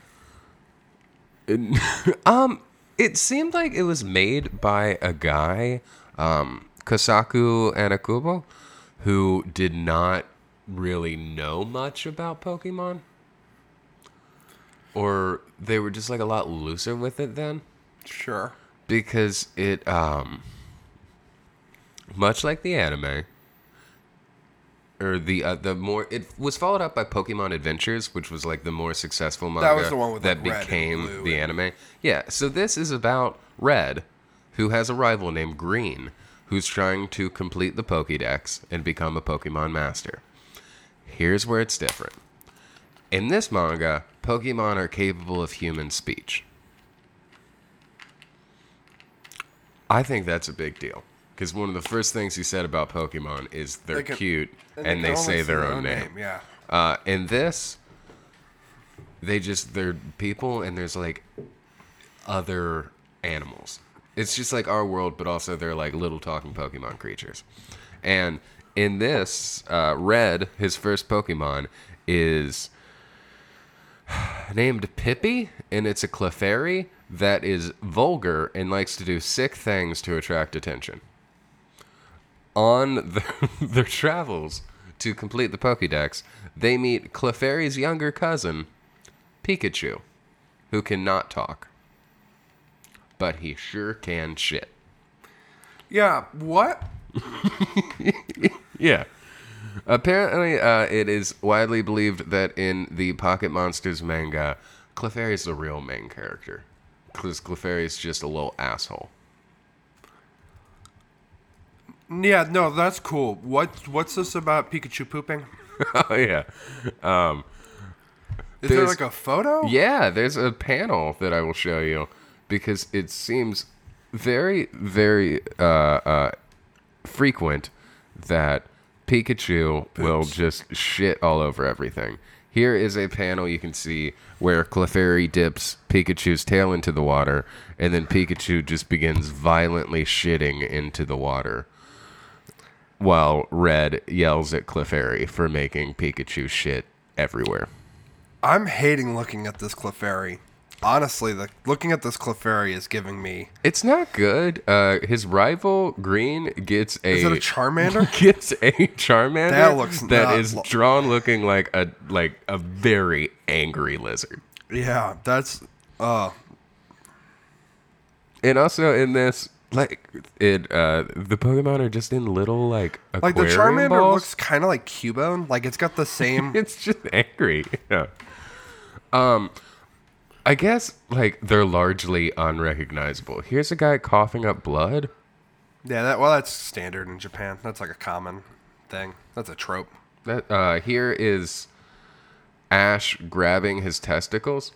It seemed like it was made by a guy, um, Kasaku Anakubo, who did not really know much about Pokemon. Or they were just like a lot looser with it then. Sure. because it um much like the anime or the uh, the more it was followed up by Pokemon Adventures, which was like the more successful manga was the one with, that like, Red and became Blue the anime. Yeah, so this is about Red, who has a rival named Green, who's trying to complete the Pokédex and become a Pokemon master. Here's where it's different. In this manga, Pokemon are capable of human speech. I think that's a big deal because one of the first things he said about Pokemon is they're They can- cute and they, can only say see their own name. Yeah. Uh, in this, they just they're people and there's like other animals. It's just like our world, but also they're like little talking Pokemon creatures. And in this, uh, Red, his first Pokemon, is named Pippi, and it's a Clefairy that is vulgar and likes to do sick things to attract attention on the, their travels to complete the Pokédex, they meet Clefairy's younger cousin, Pikachu, who cannot talk, but he sure can shit. Yeah. What? Yeah. Apparently, uh, it is widely believed that in the Pocket Monsters manga, Clefairy is the real main character. Because Clefairy is just a little asshole. Yeah. No, that's cool. What? What's this about Pikachu pooping? oh, yeah. Is there There's- like a photo? Yeah, there's a panel that I will show you because it seems very, very uh, uh, frequent that Pikachu will just shit all over everything. Here is a panel you can see where Clefairy dips Pikachu's tail into the water, and then Pikachu just begins violently shitting into the water. While Red yells at Clefairy for making Pikachu shit everywhere. I'm hating looking at this Clefairy. Honestly, the, looking at this Clefairy is giving me. It's not good. Uh, his rival Green gets a, Is it a Charmander? gets a Charmander That looks that not is lo- drawn looking like a like a very angry lizard. yeah, that's. Uh, And also in this, like it, uh, the Pokemon are just in little like like aquarium the Charmander balls. looks kind of like Cubone. Like it's got the same. It's just angry. Yeah. Um, I guess like they're largely unrecognizable. Here's a guy coughing up blood. yeah. That well, that's standard in Japan. That's like a common thing. That's a trope. That uh, here is Ash grabbing his testicles,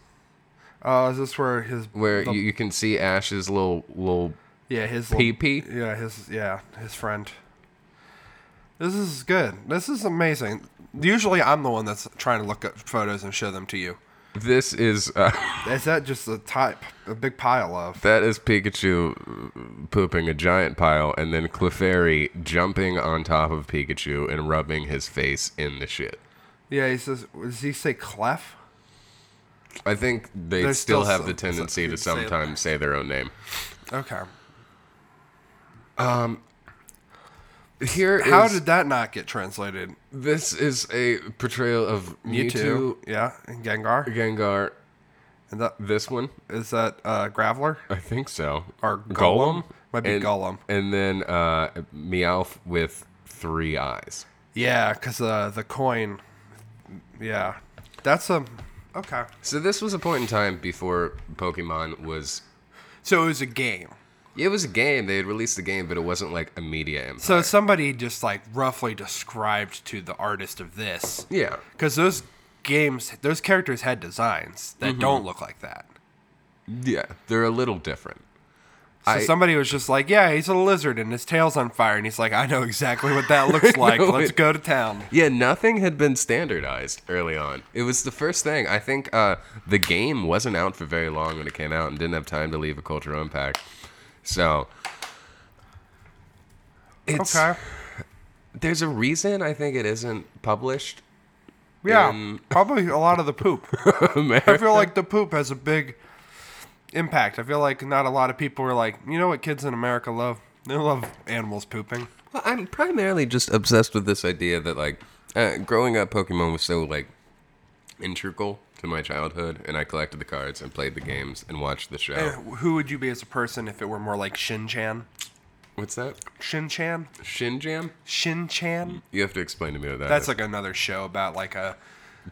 Oh, is this where his where the- you, you can see Ash's little little yeah his pee pee. yeah his yeah his friend. This is good. This is amazing. Usually, I'm the one that's trying to look up photos and show them to you. This is uh, Is that just a type, a big pile of? that is Pikachu pooping a giant pile, and then Clefairy jumping on top of Pikachu and rubbing his face in the shit. Yeah, he says. Does he say clef? I think they There's still, still have some- the tendency to some- say- sometimes say their own name. Okay. Here is How did that not get translated? this is a portrayal of You Mewtwo, two. Yeah, and Gengar. Gengar, And that This one, is that uh, Graveler I think so. or Golem? Golem? Might be and, Golem. And then uh, Meowth with three eyes. Yeah, because uh, the coin. Yeah, that's a okay. So this was a point in time before Pokemon was. So it was a game. It was a game. They had released the game, but it wasn't like a media impact. So somebody just like roughly described to the artist of this yeah. because those games, those characters had designs that don't look like that. Yeah. They're a little different. So I- somebody was just like, "Yeah, he's a lizard and his tail's on fire," and he's like, "I know exactly what that looks like. know Let's it." go to town." Yeah, nothing had been standardized early on. It was the first thing. I think uh, the game wasn't out for very long when it came out and didn't have time to leave a cultural impact. So it's Okay, there's a reason I think it isn't published. yeah, Um, probably a lot of the poop. I America. feel like the poop has a big impact. I feel like not a lot of people are like, you know what kids in America love? They love animals pooping. Well, I'm primarily just obsessed with this idea that like uh, growing up, Pokemon was so like integral to my childhood, and I collected the cards and played the games and watched the show. Who would you be as a person if it were more like Shin Chan? What's that? Shin Chan? Shin Jam? Shin Chan? You have to explain to me what that That's is. like another show about like a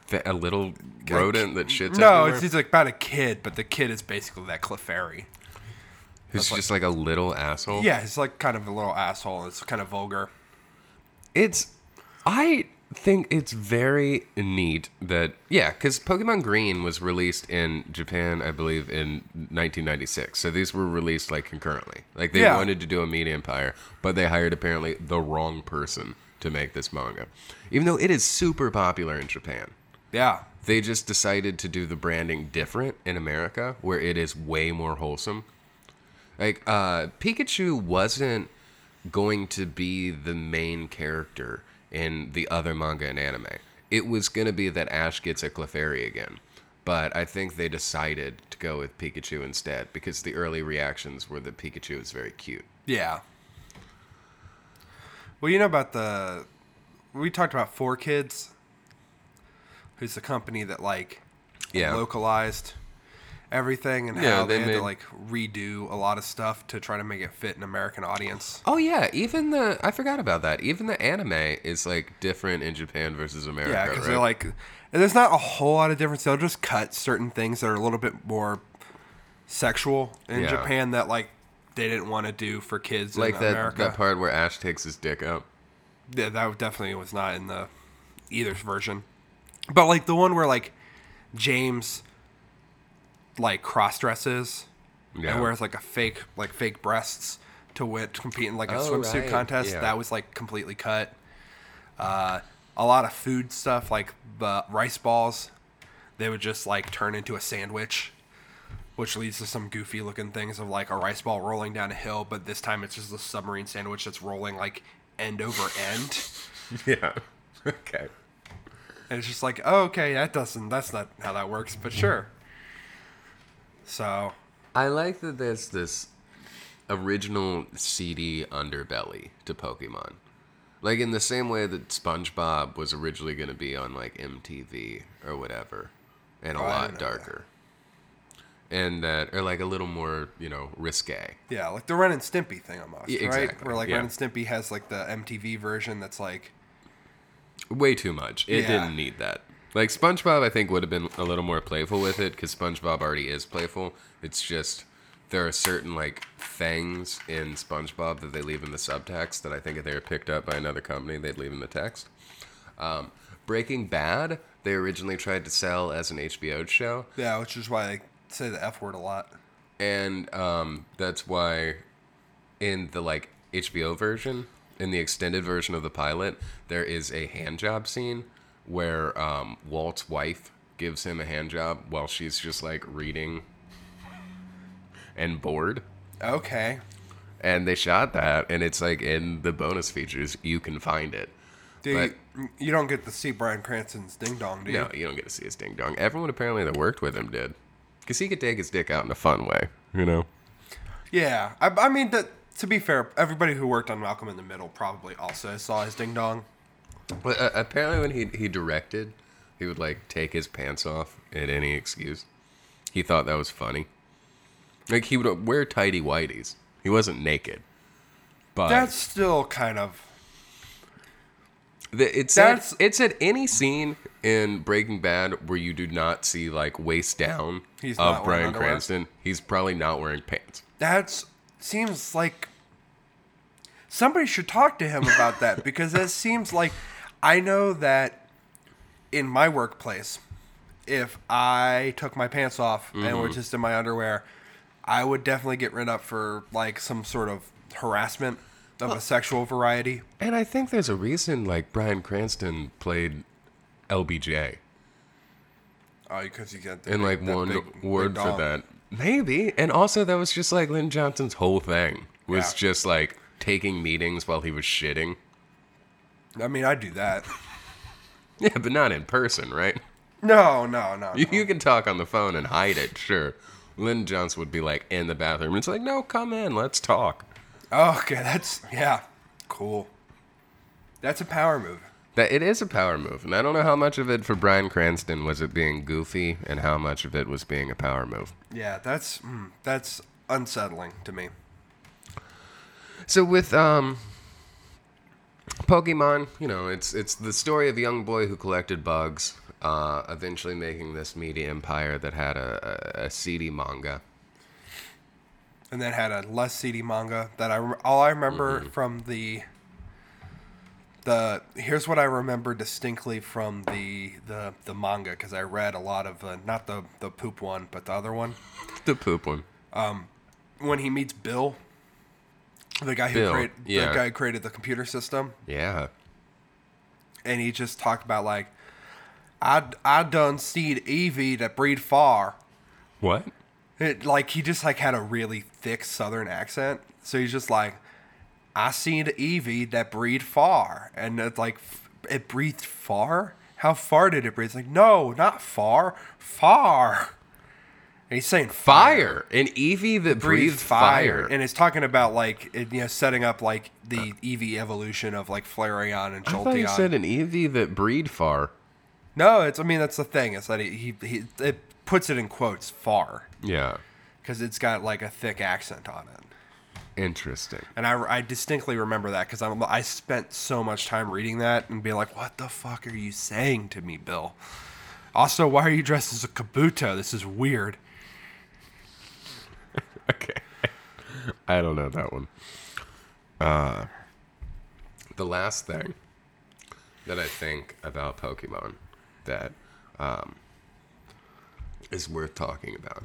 Fa- a little rodent that shits no. everywhere. It's, it's like about a kid, but the kid is basically that Clefairy. Who's just like a little asshole. Yeah, he's like kind of a little asshole. It's kind of vulgar. It's I think it's very neat that yeah, cuz Pokemon Green was released in Japan, I believe in 1996. So these were released like concurrently. Like they Yeah. wanted to do a media empire, but they hired apparently the wrong person to make this manga. Even though it is super popular in Japan. Yeah, They just decided to do the branding different in America, where it is way more wholesome. Like uh, Pikachu wasn't going to be the main character in the other manga and anime. It was going to be that Ash gets a Clefairy again, but I think they decided to go with Pikachu instead because the early reactions were that Pikachu is very cute. yeah. Well, you know about the we talked about Four Kids, who's the company that like Yeah, localized everything and Yeah, how they, they had made- to like redo a lot of stuff to try to make it fit an American audience. Oh yeah, even the I forgot about that. Even the anime is like different in Japan versus America. Yeah, because right? they're like, and there's not a whole lot of difference. They'll just cut certain things that are a little bit more sexual in Yeah. Japan that like they didn't want to do for kids like in that America. that part where Ash takes his dick up. Yeah, that definitely was not in the either version. But like the one where like James like cross dresses Yeah. and wears like a fake like fake breasts to wit to compete in like a Oh, swimsuit right, contest. yeah. That was like completely cut. Uh, a lot of food stuff like the rice balls, they would just like turn into a sandwich. Which leads to some goofy looking things of like a rice ball rolling down a hill, but this time it's just a submarine sandwich that's rolling like end over end. Yeah. okay. And it's just like, oh, okay, that doesn't, that's not how that works, but Mm-hmm. sure. So, I like that there's this original seedy underbelly to Pokemon. Like in the same way that SpongeBob was originally going to be on like MTV or whatever and a Oh, I lot didn't know that. darker. And that or like a little more, you know, risque. yeah, like the Ren and Stimpy thing almost, Yeah, right? exactly, Where like yeah. Ren and Stimpy has like the MTV version that's like, way too much. It Yeah. didn't need that. Like SpongeBob, I think would have been a little more playful with it because SpongeBob already is playful. It's just there are certain like things in SpongeBob that they leave in the subtext that I think if they were picked up by another company, they'd leave in the text. Um, Breaking Bad, they originally tried to sell as an HBO show, yeah, which is why I say the F word a lot. and um, that's why in the like HBO version, in the extended version of the pilot, there is a hand job scene where um, Walt's wife gives him a hand job while she's just like reading and bored. Okay. And they shot that, and it's like in the bonus features. You can find it. Dude, you, you don't get to see Brian Cranston's ding dong, do you? No, you don't get to see his ding dong. Everyone apparently that worked with him did, because he could take his dick out in a fun way, you know. Yeah. I, I mean, that, to be fair, everybody who worked on Malcolm in the Middle probably also saw his ding dong. But uh, apparently, when he he directed, he would like take his pants off at any excuse, He thought that was funny. Like he would uh, wear tidy whities. He wasn't naked. But That's still kind of The- it's That's- at, it's at any scene in Breaking Bad where you do not see like waist down He's of not wearing Brian underwear. Cranston. He's probably not wearing pants. That's seems like somebody should talk to him about that because that seems like I know that in my workplace, if I took my pants off and were Mm-hmm. just in my underwear, I would definitely get written up for like some sort of harassment of a sexual variety. And I think there's a reason like Brian Cranston played LBJ Oh, because you got the in like that one big- big word for dong. that. Maybe. And also that was just like Lynn Johnson's whole thing was Yeah. just like taking meetings while he was shitting. I mean, I'd do that. Yeah, but not in person, right? No, no, no. You, no. you can talk on the phone and hide it, sure. Lynn Johnson would be like in the bathroom. It's like, no, come in, let's talk. Oh, okay, that's yeah, cool. That's a power move. That it is a power move, and I don't know how much of it for Brian Cranston was it being goofy, and how much of it was being a power move. Yeah, that's mm, that's unsettling to me. So with um, Pokemon, you know, it's it's the story of a young boy who collected bugs, uh, eventually making this media empire that had a, a, a seedy manga. And then had a less seedy manga that I rem- all I Mm-hmm. remember from the the here's what I remember distinctly from the the the manga because I read a lot of uh, not the the poop one but the other one The poop one. when he meets Bill, the guy who Bill, created yeah. the guy who created the computer system. Yeah. and he just talked about like I I done seed Evie that breed far. What? It, like he just like had a really thick southern accent. So he's just like I seen Evie that breed far and it's like f- it breathed far? How far did it breathe? It's like no, not far, far. And he's saying Fire. An Eevee that breathed fire. and it's talking about like it, you know setting up like the Eevee evolution of like Flareon and I Jolteon. thought you said an Eevee that breed far. No, it's. I mean, that's the thing. It's that he he, he it puts it in quotes far Yeah. because it's got like a thick accent on it. Interesting. And I, I distinctly remember that because I'm I spent so much time reading that and being like, what the fuck are you saying to me, Bill? Also, why are you dressed as a kabuto? This is weird. Okay. I don't know that one. Uh, the last thing that I think about Pokemon that um, is worth talking about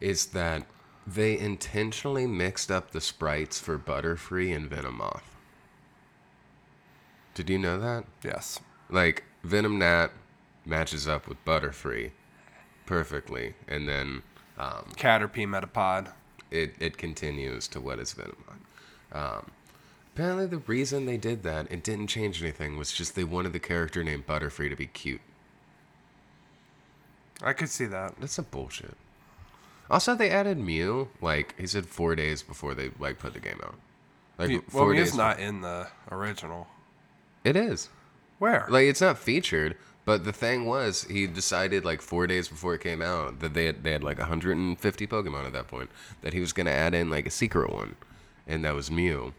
is that they intentionally mixed up the sprites for Butterfree and Venomoth. Did you know that? Yes. like Venom Nat matches up with Butterfree perfectly, and then um, Caterpie Metapod. it it continues to what is Venom. Um, apparently, the reason they did that it didn't change anything was just they wanted the character named Butterfree to be cute. I could see that. That's some bullshit. Also, they added Mew. Like he said, four days before they like put the game out. Like Well, four it's days. not in the original. It is. Where? Like it's not featured, but the thing was, he decided like four days before it came out that they had, they had like 150 Pokemon at that point that he was gonna add in like a secret one, and that was Mew,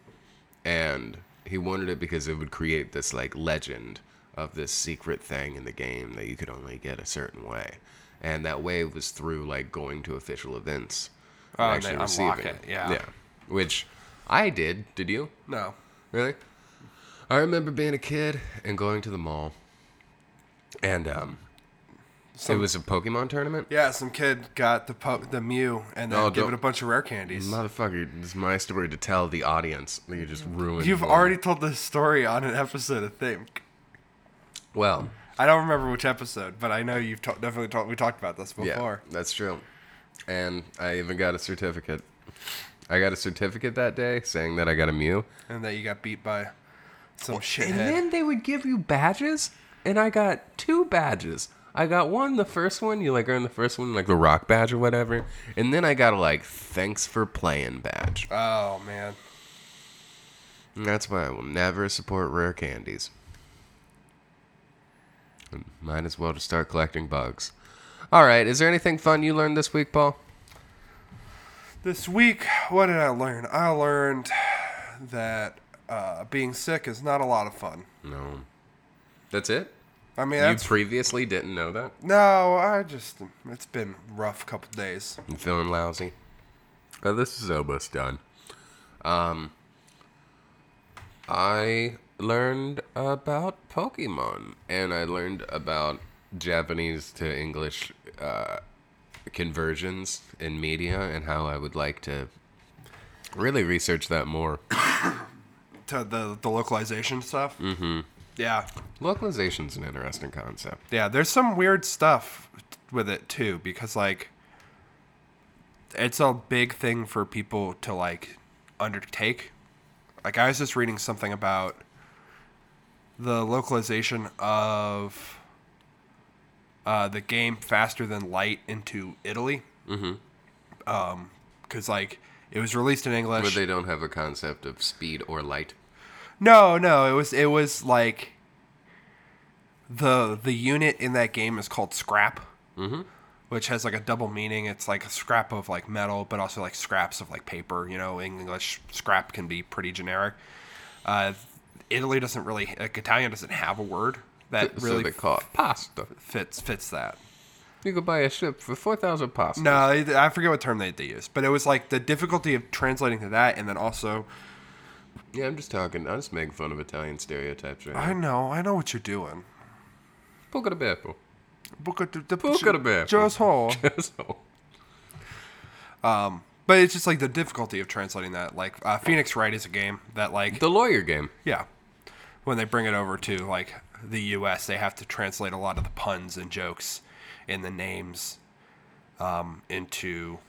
and he wanted it because it would create this like legend of this secret thing in the game that you could only get a certain way, and that way was through like going to official events, Oh, and they unlock it, yeah. yeah, which I did. Did you? no. Really? I remember being a kid and going to the mall. And um it was a Pokemon tournament. Yeah, some kid got the po- the Mew and then No, give don't- it a bunch of rare candies. Motherfucker, it's my story to tell the audience. You just ruined You've one. already told this story on an episode, I think. Well, I don't remember which episode, but I know you've ta- definitely talked. We talked about this yeah. before. That's true. And I even got a certificate. I got a certificate that day saying that I got a Mew. And that you got beat by some shithead. And then they would give you badges, and I got two badges. I got one, the first one, you like earn the first one, like the rock badge or whatever. And then I got a like thanks for playing badge. oh man, And that's why I will never support rare candies. And Might as well just start collecting bugs. All right. Is there anything fun you learned this week, Paul? This week, what did I learn? I learned that uh, being sick is not a lot of fun. No. That's it? I mean, that's, you previously didn't know that? no, I just it's been rough couple days. I'm feeling lousy. But this is almost done. Um, I learned about Pokemon, and I learned about Japanese to English uh, conversions in media, and how I would like to really research that more. To the the localization stuff. Mm-hmm. Yeah, Localization's an interesting concept. Yeah, there's some weird stuff with it too because like it's a big thing for people to like undertake. Like I was just reading something about the localization of uh, the game Faster Than Light into Italy. Mm-hmm. because like it was released in English. But they don't have a concept of speed or light. No, no, it was it was like the the unit in that game is called scrap, mm-hmm. which has like a double meaning. It's like a scrap of like metal, but also like scraps of like paper. You know, in English, scrap can be pretty generic. Uh, Italy doesn't really like Italian doesn't have a word that so really they call it pasta. fits fits that. You could buy a ship for 4,000 pasta. No, they- I forget what term they, they used, but it was like the difficulty of translating to that, and then also Yeah, I'm just talking. I'm just making fun of Italian stereotypes right I now. know I know what you're doing. Poco de beppo. Book of the, the Poco de beppo. Joe's Hall. So- But it's just like the difficulty of translating that. Like uh, Phoenix Wright is a game that like the lawyer game. yeah, when they bring it over to like the U.S., they have to translate a lot of the puns and jokes in the names um, into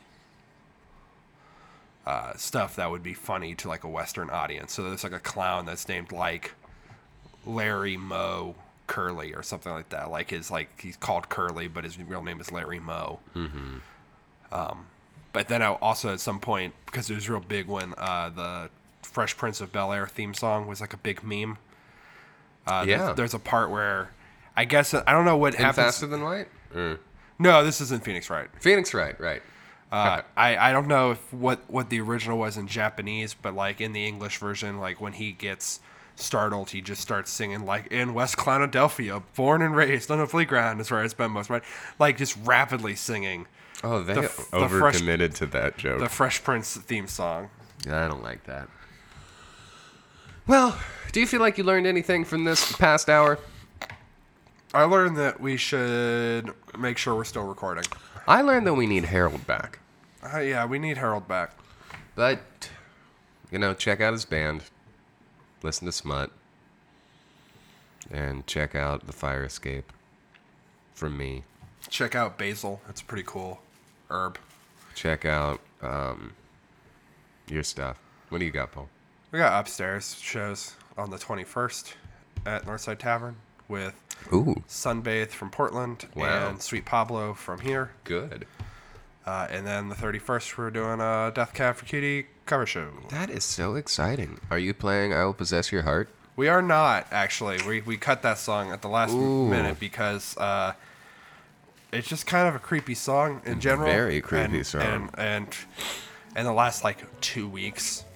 uh, stuff that would be funny to like a Western audience. So there's like a clown that's named like Larry Moe Curly or something like that. Like his like he's called Curly, but his real name is Larry Moe. Mm-hmm. Um, But then I also at some point because it was real big when uh, the Fresh Prince of Bel Air theme song was like a big meme. Uh, there's- Yeah. There's, a part where I guess I don't know what And happens. faster than light? Or- No, this isn't Phoenix Wright. Mm. Phoenix Wright, right. Uh, I I don't know if what what the original was in Japanese, but like in the English version, like when he gets startled, he just starts singing like in West Clonadelphia, born and raised on a playground is where I spent most of my like just rapidly singing Oh, they The f- the fresh- overcommitted to that joke. the Fresh Prince theme song. Yeah, I don't like that. Well, do you feel like you learned anything from this past hour? I learned that we should make sure we're still recording. I learned that we need Harold back. Uh, yeah, we need Harold back. But, you know, check out his band, listen to Smut, and check out The Fire Escape from me. Check out basil; it's pretty cool herb. Check out um, your stuff. What do you got, Paul? We got upstairs shows on the 21st at Northside Tavern with Ooh, Sunbathe from Portland Wow. and Sweet Pablo from here. good. Uh, and then the 31st, we're doing a Death Cab for Cutie cover show. That is so exciting. Are you playing I Will Possess Your Heart? We are not actually. We we cut that song at the last Ooh. minute because uh, it's just kind of a creepy song in general. Very creepy and, song. And and and the last like two weeks,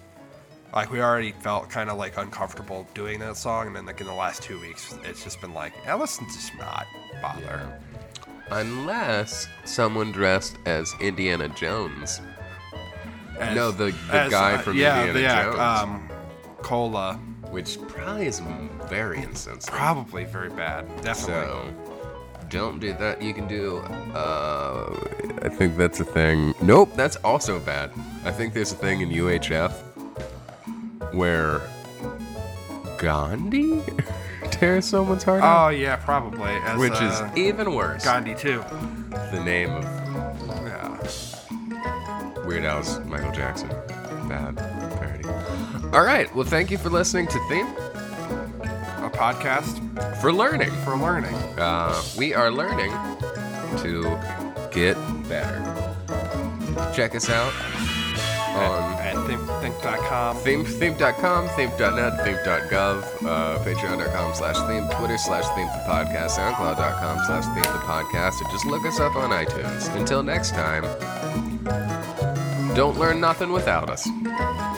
like we already felt kind of like uncomfortable doing that song, and then like in the last two weeks, it's just been like, yeah, let's just not bother. Unless someone dressed as Indiana Jones. As- No, the- the as, guy uh, from yeah, Indiana yeah, Jones. Um, Cola, which probably is m- very insensitive. probably very bad. Definitely. So don't do that. You can do. Uh, I think that's a thing. Nope, that's also bad. I think there's a thing in UHF where Gandhi tears someone's heart out, Oh yeah, probably. As, which uh, is even worse. Gandhi too. the name of Yeah. Weird Al's Michael Jackson. Bad parody. All right. Well, thank you for listening to Theme a podcast for learning. for learning. uh, we are learning to get better. Check us out on At Think.com. Theme, theme.com, theme.net, theme.gov, uh, patreon.com slash theme, twitter slash theme the podcast, soundcloud.com slash theme the podcast, or just look us up on iTunes. Until next time, don't learn nothing without us.